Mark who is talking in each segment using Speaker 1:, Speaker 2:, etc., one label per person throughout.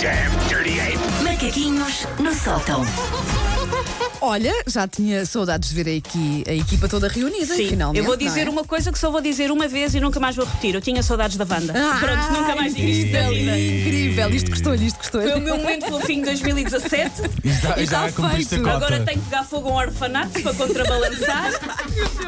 Speaker 1: damn dirty ape!
Speaker 2: Macaquinhos no sótão.
Speaker 3: Olha, já tinha saudades de ver a, equi- a equipa toda reunida,
Speaker 4: Sim,
Speaker 3: finalmente.
Speaker 4: eu vou dizer um
Speaker 3: não é?
Speaker 4: uma coisa que só vou dizer uma vez e nunca mais vou repetir. Eu tinha saudades da Wanda.
Speaker 3: Ah,
Speaker 4: Pronto, nunca mais digo isto na
Speaker 3: incrível,
Speaker 4: vida.
Speaker 3: incrível. Isto gostou-lhe, isto gostou-lhe.
Speaker 4: Foi o meu momento fofinho de 2017.
Speaker 3: E tá
Speaker 5: cumpriste
Speaker 3: feito.
Speaker 5: a cota.
Speaker 4: Agora tenho que dar fogo a um orfanato para contrabalançar.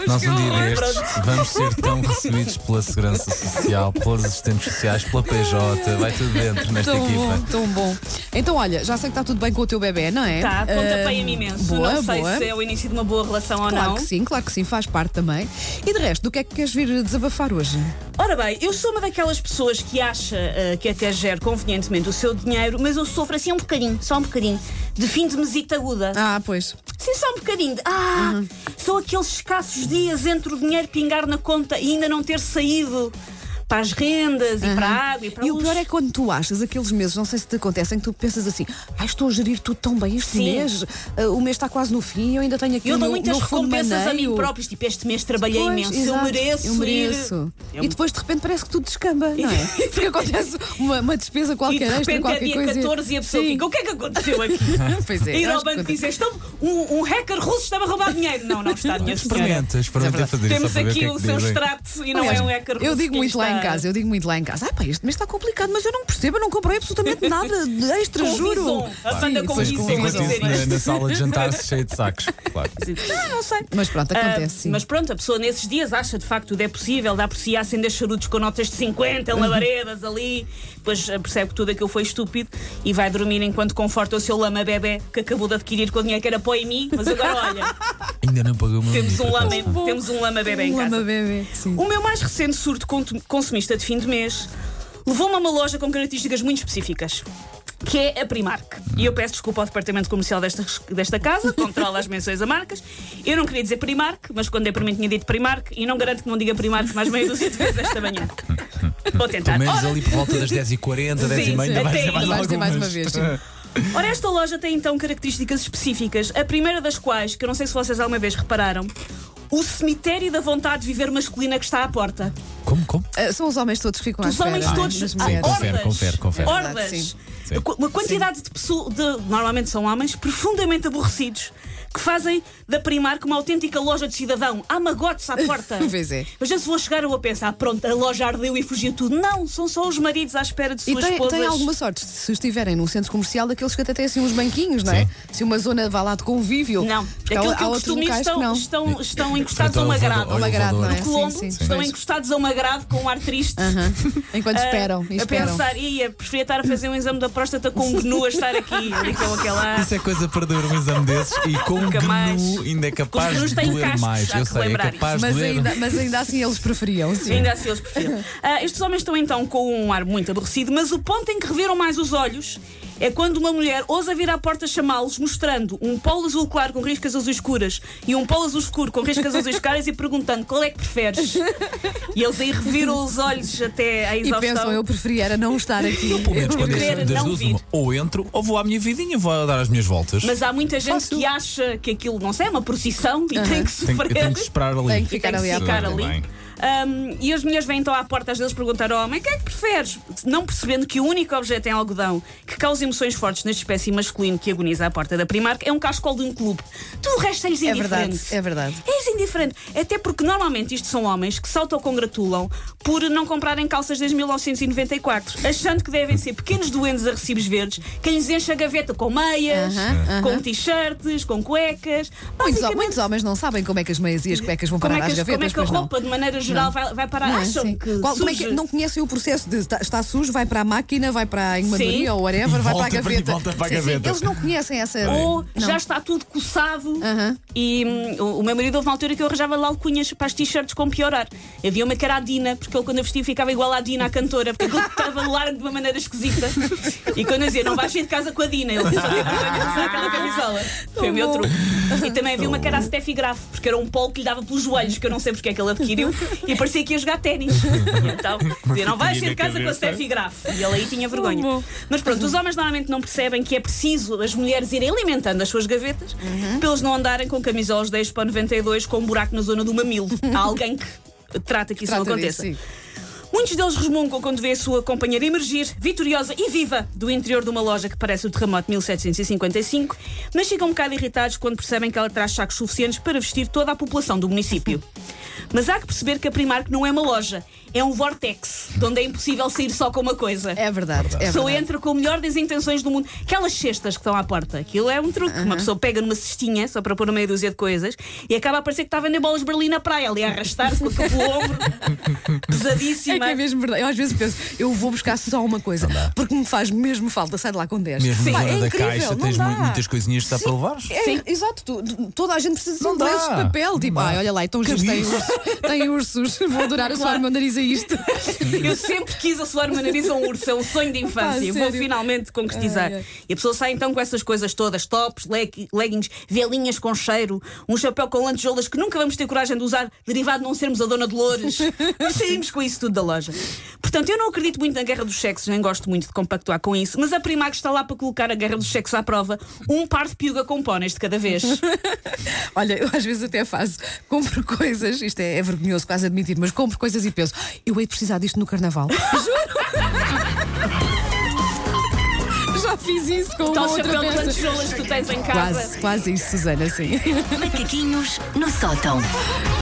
Speaker 5: Nós um dia destes vamos ser tão recebidos pela Segurança Social, pelas assistentes sociais, pela PJ, vai tudo dentro nesta
Speaker 3: Tão
Speaker 5: equipa.
Speaker 3: bom, tão bom. Então, olha, já sei que está tudo bem com o teu bebê, não é?
Speaker 4: Tá,
Speaker 3: Ah,
Speaker 4: contapeia-me imenso.
Speaker 3: Boa,
Speaker 4: não sei
Speaker 3: boa.
Speaker 4: se é o início de uma boa relação ou
Speaker 3: Claro
Speaker 4: não.
Speaker 3: que sim, claro que sim, faz parte também. E de resto, do que é que queres vir desabafar hoje?
Speaker 4: Ora bem, eu sou uma daquelas pessoas que acha ah, que até gera convenientemente o seu dinheiro, mas eu sofro assim um bocadinho, só um bocadinho, de fim de mesita aguda.
Speaker 3: Ah, pois.
Speaker 4: Sim, só um bocadinho. de, Ah, são aqueles escassos dias entre o dinheiro pingar na conta e ainda não ter saído para as rendas e para a água e para a
Speaker 3: E o
Speaker 4: luz.
Speaker 3: pior é quando tu achas aqueles meses, não sei se te acontecem, que tu pensas assim, ah, estou a gerir tudo tão bem este
Speaker 4: Sim.
Speaker 3: mês, ah, o mês está quase no fim, eu ainda tenho aqui
Speaker 4: eu
Speaker 3: o
Speaker 4: dou
Speaker 3: meu,
Speaker 4: muitas
Speaker 3: meu fundo
Speaker 4: recompensas a mim
Speaker 3: maneiro."
Speaker 4: próprios, tipo este mês trabalhei
Speaker 3: Pois,
Speaker 4: imenso, eu
Speaker 3: exato,
Speaker 4: mereço.
Speaker 3: Eu
Speaker 4: ir-
Speaker 3: mereço.
Speaker 4: É um-
Speaker 3: E depois de repente parece que tudo descamba, não é? Porque acontece uma, uma despesa
Speaker 4: E de
Speaker 3: qualquer extra,
Speaker 4: repente é
Speaker 3: qualquer
Speaker 4: dia
Speaker 3: coisa.
Speaker 4: 14 e a pessoa
Speaker 3: Sim.
Speaker 4: fica: o que é que aconteceu aqui?
Speaker 3: Pois é.
Speaker 4: Ir
Speaker 3: acho
Speaker 4: ao
Speaker 3: que
Speaker 4: banco
Speaker 3: acontece.
Speaker 4: dizer: "Estão- um, um hacker russo estava a roubar dinheiro. Não, não está, minha senhora.
Speaker 5: Experimenta, experimenta fazer isso
Speaker 4: Temos
Speaker 5: só para ver
Speaker 4: aqui
Speaker 5: o
Speaker 4: o
Speaker 5: que é
Speaker 4: seu
Speaker 5: que dizem.
Speaker 4: extrato e não
Speaker 3: Aliás,
Speaker 4: é um hacker russo.
Speaker 3: Eu digo
Speaker 4: que
Speaker 3: muito lá em
Speaker 4: está.
Speaker 3: casa, eu digo muito lá em casa. Ah, pá, este mês está complicado, mas eu não percebo, eu não comprei absolutamente nada de extra,
Speaker 4: Com
Speaker 3: juro.
Speaker 4: visão. A banda
Speaker 3: Sim,
Speaker 4: com
Speaker 3: pois,
Speaker 5: Depois
Speaker 4: visão.
Speaker 3: com
Speaker 5: enquanto
Speaker 4: vou
Speaker 5: isso
Speaker 4: dizer
Speaker 5: na,
Speaker 4: isto.
Speaker 5: na sala de jantar cheia de sacos. Claro.
Speaker 4: Ah, não sei.
Speaker 3: Mas pronto, acontece.
Speaker 4: Ah,
Speaker 3: sim.
Speaker 4: mas pronto, a pessoa nesses dias acha de facto tudo é possível, dá por si a acender charutos com notas de 50,
Speaker 3: Uhum.
Speaker 4: labaredas ali, depois ah, percebe que tudo aquilo foi estúpido e vai dormir enquanto conforta o seu lama bebê que acabou de adquirir com o dinheiro que era pó em mim, mas agora olha,
Speaker 5: Ainda não pagou o meu
Speaker 4: temos
Speaker 5: menino,
Speaker 4: um
Speaker 5: por
Speaker 4: lama,
Speaker 5: acaso.
Speaker 4: temos um lama bebê em
Speaker 3: Um
Speaker 4: casa.
Speaker 3: lama bebê. Sim.
Speaker 4: O meu mais recente surto contu- consumista de fim de mês levou-me a uma loja com características muito específicas. Que é a Primark. E eu peço desculpa ao departamento comercial desta, desta casa, que controla as menções a marcas. Eu não queria dizer Primark, mas quando é para mim tinha dito Primark, e não garanto que não diga Primark mais meia dúzia de vezes esta manhã. Vou tentar.
Speaker 5: Pelo menos
Speaker 4: Ora,
Speaker 5: ali por volta das 10h40,
Speaker 4: Sim,
Speaker 5: 10h30,
Speaker 4: sim,
Speaker 5: ainda vai
Speaker 4: até
Speaker 5: ser mais
Speaker 4: aí.
Speaker 3: Vais ter mais uma
Speaker 5: algumas.
Speaker 3: vez. sim.
Speaker 4: Ora, esta loja tem então características específicas, a primeira das quais, que eu não sei se vocês alguma vez repararam, o cemitério da vontade de viver masculina que está à porta.
Speaker 5: Como, como?
Speaker 3: Ah, São os homens todos que ficam à
Speaker 4: Os
Speaker 3: espera,
Speaker 4: homens
Speaker 3: não é?
Speaker 4: todos.
Speaker 3: Nas
Speaker 4: há
Speaker 5: Sim,
Speaker 3: mulheres.
Speaker 5: confere,
Speaker 4: hordas,
Speaker 5: confere, confere.
Speaker 3: É
Speaker 4: Hordas.
Speaker 3: verdade, sim.
Speaker 5: Sim.
Speaker 4: Uma- Uma quantidade de pessoas, de, normalmente são homens, profundamente aborrecidos, que fazem da Primark uma autêntica loja de cidadão. Há magotes à porta.
Speaker 3: Pois é.
Speaker 4: Mas já se vou chegar, eu vou pensar, pronto, a loja ardeu e fugiu tudo. Não, são só os maridos à espera de
Speaker 3: E
Speaker 4: suas
Speaker 3: tem,
Speaker 4: esposas.
Speaker 3: tem alguma sorte se estiverem num centro comercial daqueles que até têm assim uns banquinhos, não é?
Speaker 5: Sim.
Speaker 3: Se uma zona vá lá de convívio.
Speaker 4: Não,
Speaker 3: Porque há,
Speaker 4: aquilo que
Speaker 3: há
Speaker 4: eu
Speaker 3: outros
Speaker 4: costumo ir
Speaker 3: locais que
Speaker 4: estão,
Speaker 3: não.
Speaker 4: estão, estão encostados
Speaker 5: Portanto,
Speaker 4: a uma
Speaker 5: elevador,
Speaker 4: grade.
Speaker 3: Uma grade,
Speaker 5: elevador.
Speaker 3: não é?
Speaker 5: Sim,
Speaker 4: Colombo,
Speaker 3: sim, sim.
Speaker 4: estão
Speaker 3: Pois.
Speaker 4: encostados a uma grade com um ar triste.
Speaker 3: Enquanto
Speaker 4: Ah,
Speaker 3: esperam. e
Speaker 4: a
Speaker 3: esperam.
Speaker 4: pensar, ia, preferia estar a fazer um exame da próstata com um gnu a estar aqui, Então, aquele, aquela.
Speaker 5: Isso é coisa para doer um exame desses e com um
Speaker 4: Ah. Nunca mais.
Speaker 5: GNU ainda é
Speaker 4: Os
Speaker 5: capaz
Speaker 4: gnus
Speaker 5: de
Speaker 4: têm
Speaker 5: doer
Speaker 4: cascos,
Speaker 5: mais.
Speaker 4: há
Speaker 5: Eu
Speaker 4: que
Speaker 5: sei, é
Speaker 4: lembrar
Speaker 5: capaz
Speaker 4: isso.
Speaker 5: de
Speaker 3: Mas
Speaker 5: doer.
Speaker 3: ainda, mas ainda assim eles preferiam, sim.
Speaker 4: Ainda assim eles preferem. Ah, estes homens estão então com um ar muito aborrecido, mas o ponto em que reviram mais os olhos é quando uma mulher ousa vir à porta chamá-los, mostrando um polo azul claro com riscas azuis escuras e um polo azul escuro com riscas azuis claras e perguntando qual é que preferes. E eles aí reviram os olhos até à
Speaker 3: E
Speaker 4: exaustão.
Speaker 3: pensam, eu preferia era não estar aqui.
Speaker 5: Pelo menos quando
Speaker 4: querer
Speaker 5: isso- das
Speaker 4: não
Speaker 5: duas,
Speaker 4: vir.
Speaker 5: uma, ou entro ou vou à minha vidinha, vou dar as minhas voltas.
Speaker 4: Mas há muita gente
Speaker 5: Fácil.
Speaker 4: que acha que aquilo, não sei, é uma procissão e tem que
Speaker 5: tenho, eu
Speaker 4: sofrer.
Speaker 5: tenho que esperar ali.
Speaker 3: Tem que
Speaker 4: E
Speaker 3: ficar
Speaker 4: tem que
Speaker 3: ali à
Speaker 4: ficar
Speaker 5: porta.
Speaker 4: ali.
Speaker 5: Bem.
Speaker 4: Um, e as mulheres vêm então à porta às vezes perguntar ao homem: o que é que preferes? Não percebendo que o único objeto em algodão que causa emoções fortes neste espécie masculino que agoniza à porta da Primark é um cascol de um clube. Tudo o resto é-lhes
Speaker 3: É
Speaker 4: indiferente.
Speaker 3: verdade, é verdade.
Speaker 4: És indiferente. Até porque normalmente isto são homens que se autocongratulam por não comprarem calças desde 1994, achando que devem ser pequenos doentes a recibos verdes que lhes enche a gaveta com meias,
Speaker 3: Aham, aham.
Speaker 4: com t-shirts, com cuecas.
Speaker 3: Muitos,
Speaker 4: Basicamente,
Speaker 3: muitos homens não sabem como é que as meias e as cuecas vão
Speaker 4: como
Speaker 3: parar
Speaker 4: é que,
Speaker 3: às
Speaker 4: as- como é
Speaker 3: gavetas,
Speaker 4: que a
Speaker 3: pois não.
Speaker 4: roupa, de maneira geral, vai, vai parar?
Speaker 3: Não, é
Speaker 4: Acham
Speaker 3: assim.
Speaker 4: que,
Speaker 3: Qual- como é que
Speaker 4: surge-
Speaker 3: não conhecem o processo de está, está sujo, vai para a máquina, vai para a enganadoria
Speaker 4: Sim.
Speaker 3: ou whatever,
Speaker 5: E
Speaker 3: vai
Speaker 5: volta
Speaker 3: para a
Speaker 5: para- e
Speaker 3: gaveta.
Speaker 5: volta para a
Speaker 3: Sim, sim,
Speaker 5: gaveta.
Speaker 3: Eles não conhecem essa.
Speaker 4: Ou
Speaker 3: Não.
Speaker 4: já está tudo coçado.
Speaker 3: Aham.
Speaker 4: E hum, o- o meu marido houve uma altura que eu arranjava lá alcunhas para as t-shirts com piorar. Havia uma que era a Dina, porque ele quando eu vestia ficava igual à Dina, a cantora, porque ele estava largo de uma maneira esquisita. E quando eu dizia, não vais sair de casa com a Dina, ele só tem vergonha de usar aquela camisola. Foi o meu
Speaker 3: bom.
Speaker 4: truque. E também havia uma que era a Steffi Graf, porque era um polo que lhe dava pelos joelhos, que eu não sei porque é que ele adquiriu, e parecia que ia jogar ténis. E Então, dizia, não vais sair de casa com a Steffi Graf. é E ele aí tinha vergonha. Mas pronto, os homens normalmente não percebem que é preciso as mulheres irem alimentando as suas gavetas para eles não andarem com camisolas 10 para 92 com um buraco na zona do mamilo. Há alguém que trata que isso não
Speaker 3: Trata disso,
Speaker 4: aconteça.
Speaker 3: sim.
Speaker 4: Muitos deles resmungam quando vê a sua companheira emergir, vitoriosa e viva, do interior de uma loja que parece o terremoto de 1755, mas ficam um bocado irritados quando percebem que ela traz sacos suficientes para vestir toda a população do município. Mas há que perceber que a Primark não é uma loja, é um vortex, de onde é impossível sair só com uma coisa.
Speaker 3: É verdade. É
Speaker 4: Só
Speaker 3: verdade.
Speaker 4: entra com o melhor das intenções do mundo. Aquelas cestas que estão à porta, aquilo é um truque. Uma pessoa pega numa cestinha, só para pôr meia dúzia de coisas, e acaba a parecer que está a vender bolas de Berlim na praia, ali a arrastar-se com a capa ao ombro,
Speaker 3: É que
Speaker 4: pesadíssima.
Speaker 3: é mesmo verdade. Eu às vezes penso, eu vou buscar só uma coisa, porque me faz mesmo falta, sai de lá com 10.
Speaker 5: Mesmo
Speaker 3: Pá,
Speaker 5: na zona
Speaker 3: é
Speaker 5: da
Speaker 3: incrível,
Speaker 5: caixa
Speaker 3: não
Speaker 5: tens
Speaker 3: dá.
Speaker 5: mu- muitas coisinhas que dá para levar.
Speaker 3: É, exato, tu- tu- toda a gente precisa de
Speaker 5: Não
Speaker 3: um
Speaker 5: dá.
Speaker 3: lenço de papel.
Speaker 5: Não
Speaker 3: Tipo,
Speaker 5: dá.
Speaker 3: ai, olha lá, então giros, tem
Speaker 5: Cabides.
Speaker 3: ursos, tem ursos. Vou adorar assoar o meu nariz a isto.
Speaker 4: Eu sempre quis assoar o meu nariz a um urso, é um sonho de infância.
Speaker 3: Pá,
Speaker 4: Eu Vou
Speaker 3: sério?
Speaker 4: finalmente concretizar.
Speaker 3: Ai, ai.
Speaker 4: E a pessoa sai então com essas coisas todas: tops, leg- leggings, velinhas com cheiro, um chapéu com lantejoulas que nunca vamos ter coragem de usar, derivado de não sermos a dona de Loures. Mas saímos com isso tudo da loja. Portanto, eu não acredito muito na guerra dos sexos, nem gosto muito de compactuar com isso, mas a Primark está lá para colocar a guerra dos sexos à prova, um par de piuga com póneis de cada vez.
Speaker 3: Olha, eu às vezes até faço, compro coisas, isto é, é vergonhoso quase admitir, mas compro coisas e penso, eu hei de precisar disto no carnaval. Juro! Já fiz isso com uma
Speaker 4: Tal
Speaker 3: outra
Speaker 4: chapéu de
Speaker 3: peça.
Speaker 4: lantejoulas que tu tens em casa.
Speaker 3: Quase, quase isso, Susana, sim.
Speaker 2: Macaquinhos no sótão.